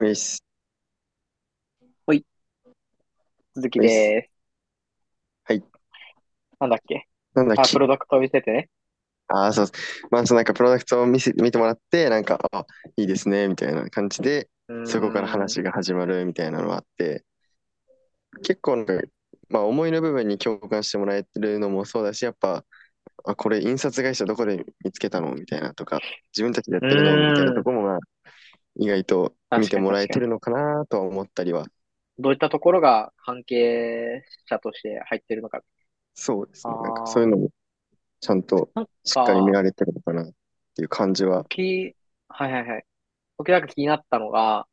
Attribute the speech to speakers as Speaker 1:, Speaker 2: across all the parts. Speaker 1: ウィス。
Speaker 2: 続きで
Speaker 1: はい。
Speaker 2: す。なんだっけ
Speaker 1: なんだっ
Speaker 2: あ、
Speaker 1: け
Speaker 2: プロダクトを見せてね。
Speaker 1: ああ、そうそう。まあ、そうなんかプロダクトを見せ、見てもらって、なんか、あ、いいですね、みたいな感じで、そこから話が始まるみたいなのがあって、結構なんか、まあ、思いの部分に共感してもらえるのもそうだし、やっぱ、あ、これ印刷会社どこで見つけたのみたいなとか、自分たちでやってるのみたいなとこも、まあ、意外と見てもらえてるのかなとは思ったりは、
Speaker 2: どういったところが関係者として入ってるのか。
Speaker 1: そうですね。
Speaker 2: あー
Speaker 1: なんかそういうのも、ちゃんと
Speaker 2: なんか、
Speaker 1: しっかり見られてるのかなっていう感じは、
Speaker 2: き、はいはいはい。僕なんか気になったのが、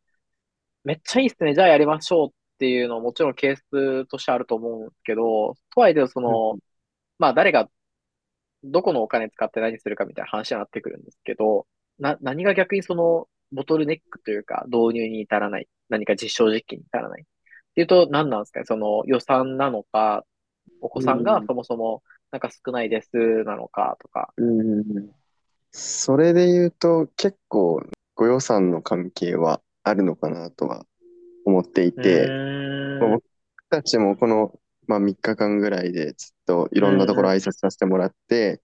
Speaker 2: めっちゃいいっすね、じゃあやりましょうっていうのはもちろんケースとしてあると思うんですけど、とはいえその、まあ誰が、どこのお金使って何するかみたいな話になってくるんですけど、な、何が逆にその、ボトルネックというか、導入に至らない、何か実証実験に至らない。っていうと、何なんですかね、その予算なのか、お子さんが
Speaker 1: うん
Speaker 2: そもそも、なんか少ないですなのかとか、
Speaker 1: うんそれで言うと結構ご予算の関係はあるのかなとは思っていて、
Speaker 2: うーん
Speaker 1: 僕たちもこの、まあ、3日間ぐらいでずっといろんなところ挨拶させてもらって、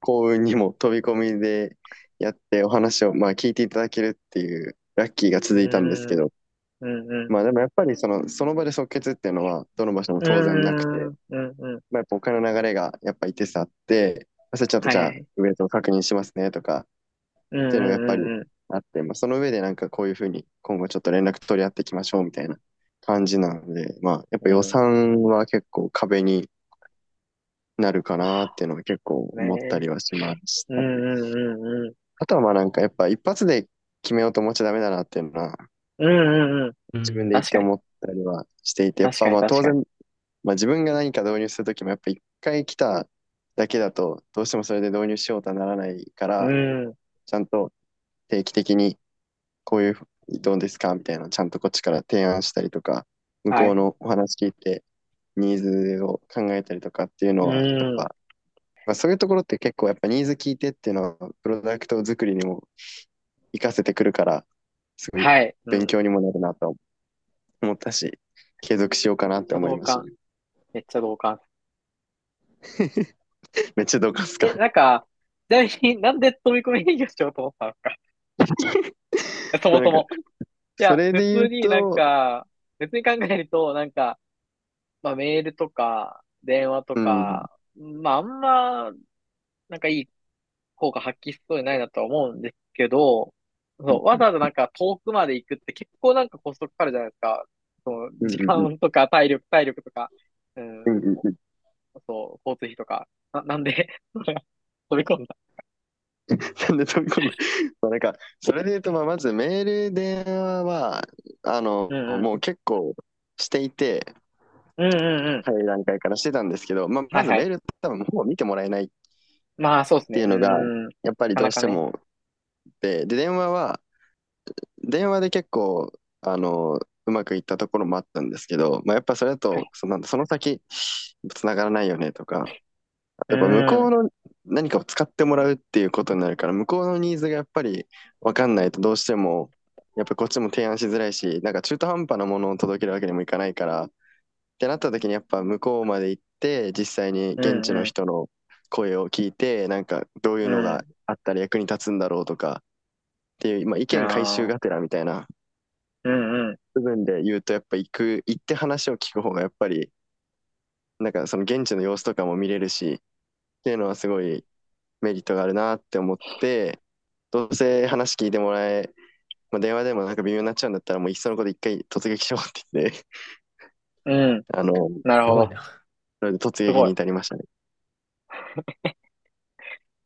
Speaker 1: 幸運にも飛び込みでやってお話を、まあ、聞いていただけるっていうラッキーが続いたんですけど、
Speaker 2: うんうん。
Speaker 1: まあでもやっぱりその、その場で即決っていうのはどの場所も当然なくて、
Speaker 2: うんうんうん。
Speaker 1: まあ、やっぱお金の流れがやっぱ一定数あって、それちょっとじゃ
Speaker 2: は
Speaker 1: あ
Speaker 2: いはい
Speaker 1: ウェイトを確認しますねとか
Speaker 2: うん
Speaker 1: っていうのがやっぱり
Speaker 2: うんうん
Speaker 1: あって、まあ、その上でなんかこういうふうに今後ちょっと連絡取り合っていきましょうみたいな感じなので、まあやっぱ予算は結構壁になるかなっていうのは結構思ったりはしました。
Speaker 2: うんうんうんうん。
Speaker 1: あとはまあなんかやっぱ一発で決めようと思っちゃダメだなっていうのは
Speaker 2: うんうんうん。
Speaker 1: 自分で一回思ったりはしていて、やっぱ
Speaker 2: 確かに
Speaker 1: まあ当
Speaker 2: 確か
Speaker 1: 然、まあ、自分が何か導入するときもやっぱ一回来ただけだとどうしてもそれで導入しようとはならないから、
Speaker 2: うん
Speaker 1: ちゃんと定期的にこういうどうですかみたいなのをちゃんとこっちから提案したりとか、向こうのお話聞いてニーズを考えたりとかっていうのは
Speaker 2: うん
Speaker 1: やっぱ、まあ、そういうところって結構やっぱニーズ聞いてっていうのはプロダクト作りにも活かせてくるから、すごい
Speaker 2: はい。
Speaker 1: 勉強にもなるなと思ったし、継続しようかなって思いましたね。
Speaker 2: うん。めっちゃ同感。
Speaker 1: めっちゃどうかっ す
Speaker 2: え、
Speaker 1: か。
Speaker 2: なんか、ちなみになんで飛び込み営業しようと思ったのか。 そもそも。いや、
Speaker 1: それで言うと
Speaker 2: 普通になんか、別に考えると、なんか、まあメールとか、電話とか、まああんま、なんかいい効果発揮しそうにないなとは思うんですけど、そう、わざわざなんか遠くまで行くって結構なんかコストかかるじゃないですか。その、時間とか体力、体力とか、うん
Speaker 1: う、んうんうん
Speaker 2: そう、交通費とか。な、なんで、 飛び込んだ。
Speaker 1: なんで飛び 込んだまあなんか、それで言うと、まあ、まずメール、電話は、あの、
Speaker 2: うんうん
Speaker 1: もう結構していて、
Speaker 2: うんうんうん。
Speaker 1: 早い段階からしてたんですけど、まあ、まず
Speaker 2: は
Speaker 1: メ
Speaker 2: いはい
Speaker 1: ール、多分ほぼ見てもらえない。
Speaker 2: まあ、そうですね。
Speaker 1: っていうのが
Speaker 2: ん
Speaker 1: やっぱりどうしても。で、で、電話は、電話で結構、あの、うまくいったところもあったんですけど、まあ、やっぱそれだと
Speaker 2: はい、
Speaker 1: そのなんだその先、つながらないよねとか、
Speaker 2: う
Speaker 1: や
Speaker 2: ん
Speaker 1: っぱ向こうの何かを使ってもらうっていうことになるから、向こうのニーズがやっぱり分かんないとどうしても、やっぱこっちも提案しづらいし、なんか中途半端なものを届けるわけにもいかないから、ってなった時にやっぱ向こうまで行って、実際に現地の人の声を聞いて、なんかどういうのがあったら役に立つんだろうとか、っていう、まあ、意見回収がてらみたいな
Speaker 2: うんうん。
Speaker 1: 部分で言うとやっぱ行く行って話を聞く方がやっぱりなんかその現地の様子とかも見れるしっていうのはすごいメリットがあるなって思ってどうせ話聞いてもらえ、まあ、電話でもなんか微妙になっちゃうんだったらもういっそのこと一回突撃しようって言って
Speaker 2: うん。
Speaker 1: あの
Speaker 2: なるほど。い
Speaker 1: それで突撃に至りましたね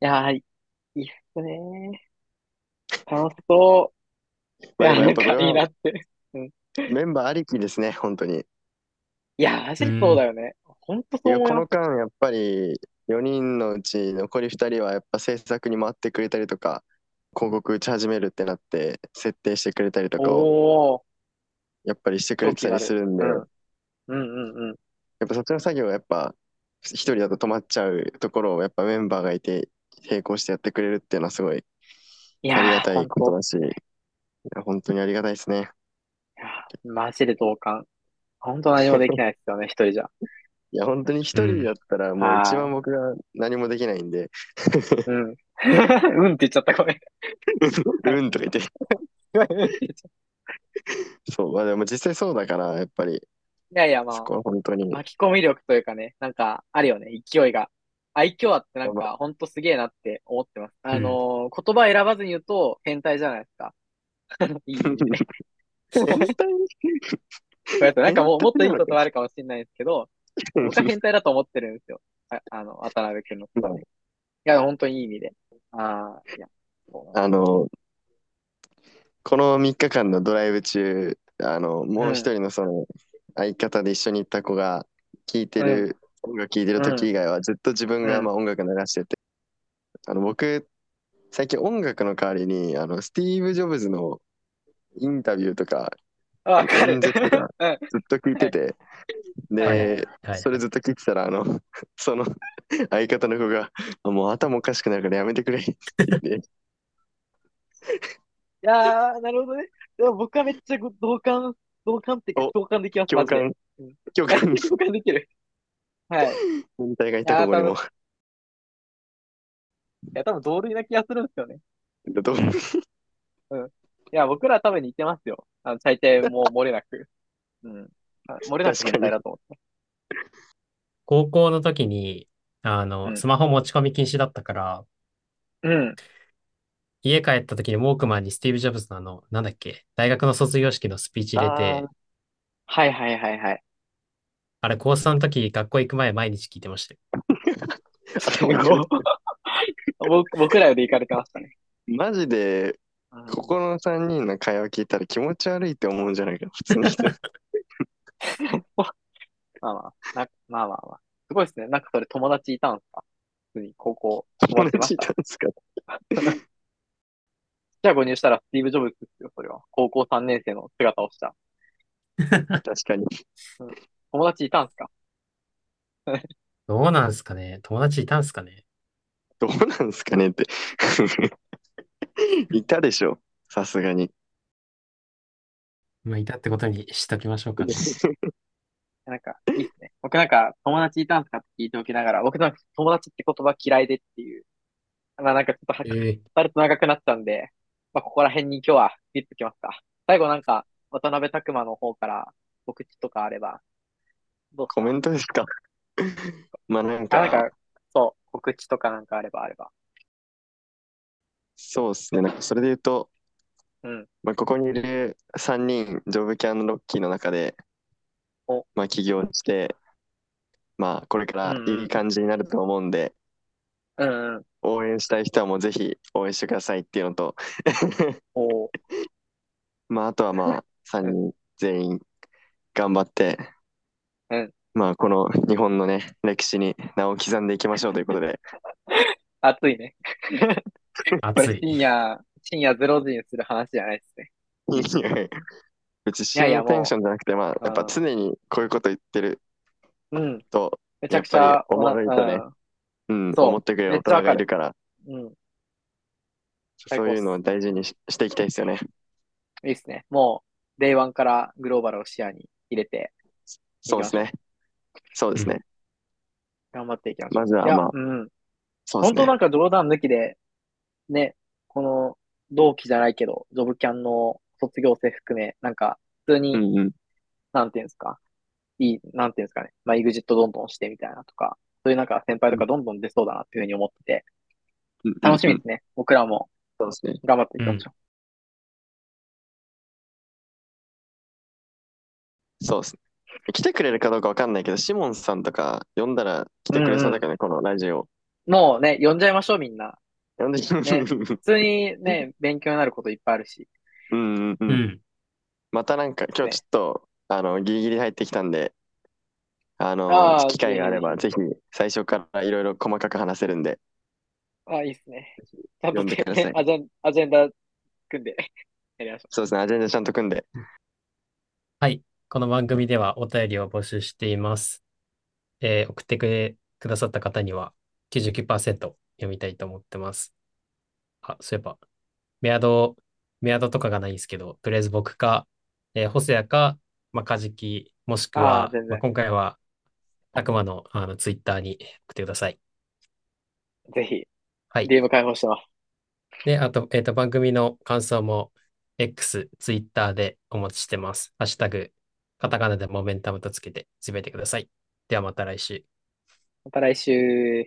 Speaker 2: やー、いいっすね。楽しそ
Speaker 1: まあ
Speaker 2: う。いや、
Speaker 1: でもやっ
Speaker 2: なん
Speaker 1: ぱこ
Speaker 2: かいい
Speaker 1: れ
Speaker 2: な
Speaker 1: は
Speaker 2: って。
Speaker 1: メンバーありきですね本当に
Speaker 2: いやー、マジでそうだよね。ほんと
Speaker 1: い
Speaker 2: そう
Speaker 1: や
Speaker 2: 思い
Speaker 1: こ
Speaker 2: ま
Speaker 1: の
Speaker 2: す。
Speaker 1: 間やっぱり4人のうち残り2人はやっぱ制作に回ってくれたりとか広告打ち始めるってなって設定してくれたりとかを
Speaker 2: おー。
Speaker 1: やっぱりしてくれてたりするんで、
Speaker 2: うん
Speaker 1: や。
Speaker 2: うんうんうん。
Speaker 1: っぱそっちの作業はやっぱ1人だと止まっちゃうところをやっぱメンバーがいて並行してやってくれるっていうのはすごい
Speaker 2: い
Speaker 1: あり
Speaker 2: や
Speaker 1: が
Speaker 2: ー、
Speaker 1: たい
Speaker 2: 本
Speaker 1: こと
Speaker 2: 当
Speaker 1: だしいや本当にありがたいですね。
Speaker 2: マジで同感。本当何もできないですよね、一人じゃ。
Speaker 1: いや、本当に一人だったら、もう一番僕が何もできないんで、
Speaker 2: うん。 うんって言っちゃった、ごめん。
Speaker 1: うんとか言って、そう、まあでも実際そうだから、やっぱり、
Speaker 2: いやいや、まあ
Speaker 1: そ、こは本当に、
Speaker 2: 巻き込み力というかね、なんか、あるよね、勢いが。愛嬌あってなんか、ほんとすげえなって思ってます。あのー言葉選ばずに言うと、変態じゃないですか。 いい意味で。
Speaker 1: 絶対
Speaker 2: ごめんなさいなんかもう、もっといいことはあるかもしれないですけど、僕は変態だと思ってるんですよ。ああの、渡辺君のことはね。いや、本当にいい意味で。ああ、いや。そ う
Speaker 1: あの、この3日間のドライブ中、あの、もう一人のその、相方で一緒に行った子が、聴いてる、音楽聴いてる時以外は、ずっと自分が
Speaker 2: うん
Speaker 1: まあ音楽流してて、あの、僕、最近音楽の代わりに、あの、スティーブ・ジョブズのインタビューとか、
Speaker 2: あわかる。
Speaker 1: 演説とか
Speaker 2: うん
Speaker 1: ずっと聴い てて、
Speaker 3: はい
Speaker 1: で、
Speaker 3: はい
Speaker 1: それずっと聞いてたら、あの、その相方の子が、もう頭おかしくなるからやめてくれって言って、
Speaker 2: いやー、なるほどね。でも僕はめっちゃご同感、同感っていうか
Speaker 1: お
Speaker 2: 共感できます、
Speaker 1: 共
Speaker 2: マジで
Speaker 1: 感、共感、
Speaker 2: 共感できる。はい。い
Speaker 1: 全体がいたここにも。
Speaker 2: や、多分同類な気がするんですよね。
Speaker 1: どう
Speaker 2: いや、僕ら多分似てますよ。あの、大体もう漏れなく。うん。あ漏れなく
Speaker 1: 確かに
Speaker 2: 変態だと思って。
Speaker 3: 高校の時に、あの、
Speaker 2: うん
Speaker 3: スマホ持ち込み禁止だったから、
Speaker 2: うん。
Speaker 3: 家帰った時にウォークマンにスティーブ・ジョブズのあの、なんだっけ、大学の卒業式のスピーチ入れ
Speaker 2: あ
Speaker 3: て
Speaker 2: ー、はいはいはいはい。
Speaker 3: あれ、高3の時、学校行く前、毎日聞いてましたよ。
Speaker 1: すごい
Speaker 2: 僕僕らより行かれてましたね。
Speaker 1: マジで、
Speaker 2: うん
Speaker 1: ここの3人の会話聞いたら気持ち悪いって思うんじゃないかな、普通の人。
Speaker 2: まあまあ、なまあまあまあ。すごいですね。なんかそれ友達いたんですか普通に高校終わってま
Speaker 1: 聞
Speaker 2: し
Speaker 1: い
Speaker 2: た。
Speaker 1: たんですか
Speaker 2: じゃあ誤入したらスティーブ・ジョブズですよ、それは。高校3年生の姿をした。
Speaker 1: 確かに。
Speaker 2: 友達いたんですか
Speaker 3: どうなんすかね友達いたんすかね
Speaker 1: どうなんですかねって。 いたでしょ、さすが に。
Speaker 3: まあ、いたってことにしときましょうかね。
Speaker 2: なんか、いいっすね。 僕なんか、友達いたんすかって聞いておきながら、僕なんか、友達って言葉嫌いでっていう。まあなんかちょっとはっ
Speaker 3: ええ
Speaker 2: だると長くなったんで、まあ、ここら辺に今日は切っときますか。最後なんか、渡辺拓馬の方から告知とかあれば、どう
Speaker 1: コメントですかまあなん
Speaker 2: あ、なん
Speaker 1: か、
Speaker 2: か、そう、告知とかなんかあればあれば。
Speaker 1: そうですね。なんかそれで言うと、
Speaker 2: うん。
Speaker 1: まあ、ここにいる3人、ジョブキャンロッキーの中で
Speaker 2: お、
Speaker 1: まあ起業して、まあこれからいい感じになると思うんで、
Speaker 2: うんうん。
Speaker 1: 応援したい人はもうぜひ応援してくださいっていうのと、
Speaker 2: おー
Speaker 1: まああとは まあ3人全員頑張って、
Speaker 2: うん
Speaker 1: まあこの日本のね、歴史に名を刻んでいきましょうということで、
Speaker 2: 暑いね。これ
Speaker 3: 熱い。
Speaker 2: 深夜、深夜0時にする話じゃないです
Speaker 1: い
Speaker 2: ね。
Speaker 1: やいや別に
Speaker 2: いやいや
Speaker 1: 深夜テンションじゃなくて、まあやっぱ
Speaker 2: うん
Speaker 1: 常にこういうこと言ってる
Speaker 2: うん。
Speaker 1: と、
Speaker 2: めちゃくちゃ、
Speaker 1: おもろいとねうん、
Speaker 2: そう
Speaker 1: 思ってくれる大人がいるから、
Speaker 2: うん。うん。最
Speaker 1: そ
Speaker 2: 高
Speaker 1: う
Speaker 2: っす
Speaker 1: いうのを大事にししていきたいですよね。
Speaker 2: いいっすね。もう、デイワンからグローバルを視野に入れて、
Speaker 1: そうですね。そうですね。
Speaker 2: 頑張っていきましょう。
Speaker 1: まずはい
Speaker 2: や、
Speaker 1: まあ、
Speaker 2: うん。
Speaker 1: そうです
Speaker 2: 本当
Speaker 1: ね
Speaker 2: な。んか冗談抜きで、ね、この同期じゃないけど、ジョブキャンの卒業生含め、なんか普通に、
Speaker 1: うんうん。
Speaker 2: なんていうんですか、いい、なんていうんですかね、まあ、EXIT どんどんしてみたいなとか、そういうなんか先輩とかどんどん出そうだなっていうふうに思ってて、楽しみ
Speaker 1: うん
Speaker 2: で。すね。僕らも
Speaker 1: そうですね。
Speaker 2: 頑張っていきましょ
Speaker 1: そうですね。来てくれるかどうかわかんないけど、シモンさんとか呼んだら来てくれそうだからね、このラジオ。
Speaker 2: う。もうね、呼んじゃいましょう、みんな。
Speaker 1: 呼んで、
Speaker 2: ね普通にね、勉強になることいっぱいあるし。
Speaker 1: うんうんう。
Speaker 3: うんん。
Speaker 1: またなんか、今日ちょっと、あの、ギリギリ入ってきたんで、あの、
Speaker 2: あー
Speaker 1: 機会があれば、
Speaker 2: ギ
Speaker 1: ぜひ、最初からいろいろ細かく話せるんで、
Speaker 2: あ、いいっすね。ちゃん
Speaker 1: 呼
Speaker 2: と
Speaker 1: んで
Speaker 2: ね
Speaker 1: ください
Speaker 2: アジェンアジェンダ組んで やりましょ
Speaker 1: そうですね、アジェンダちゃんと組んで、
Speaker 3: はい。この番組ではお便りを募集しています。えー送ってくれ、くださった方には99%読みたいと思ってます。あ、そういえば、メアド、メアドとかがないんですけど、とりあえず僕か、えーホセアか、まあ、カジキ、もしく
Speaker 2: あ
Speaker 3: は
Speaker 2: ー全然、
Speaker 3: まあ、今回は、たくまの、あの、ツイッターに送ってください。
Speaker 2: ぜひ、
Speaker 3: はい。
Speaker 2: DM 開放してます。
Speaker 3: で、あと、えっと、番組の感想も X、Twitter でお待ちしてます。ハッシュタグ、カタカナでモメンタムとつけてつぶやいてください。ではまた来週。
Speaker 2: また来週。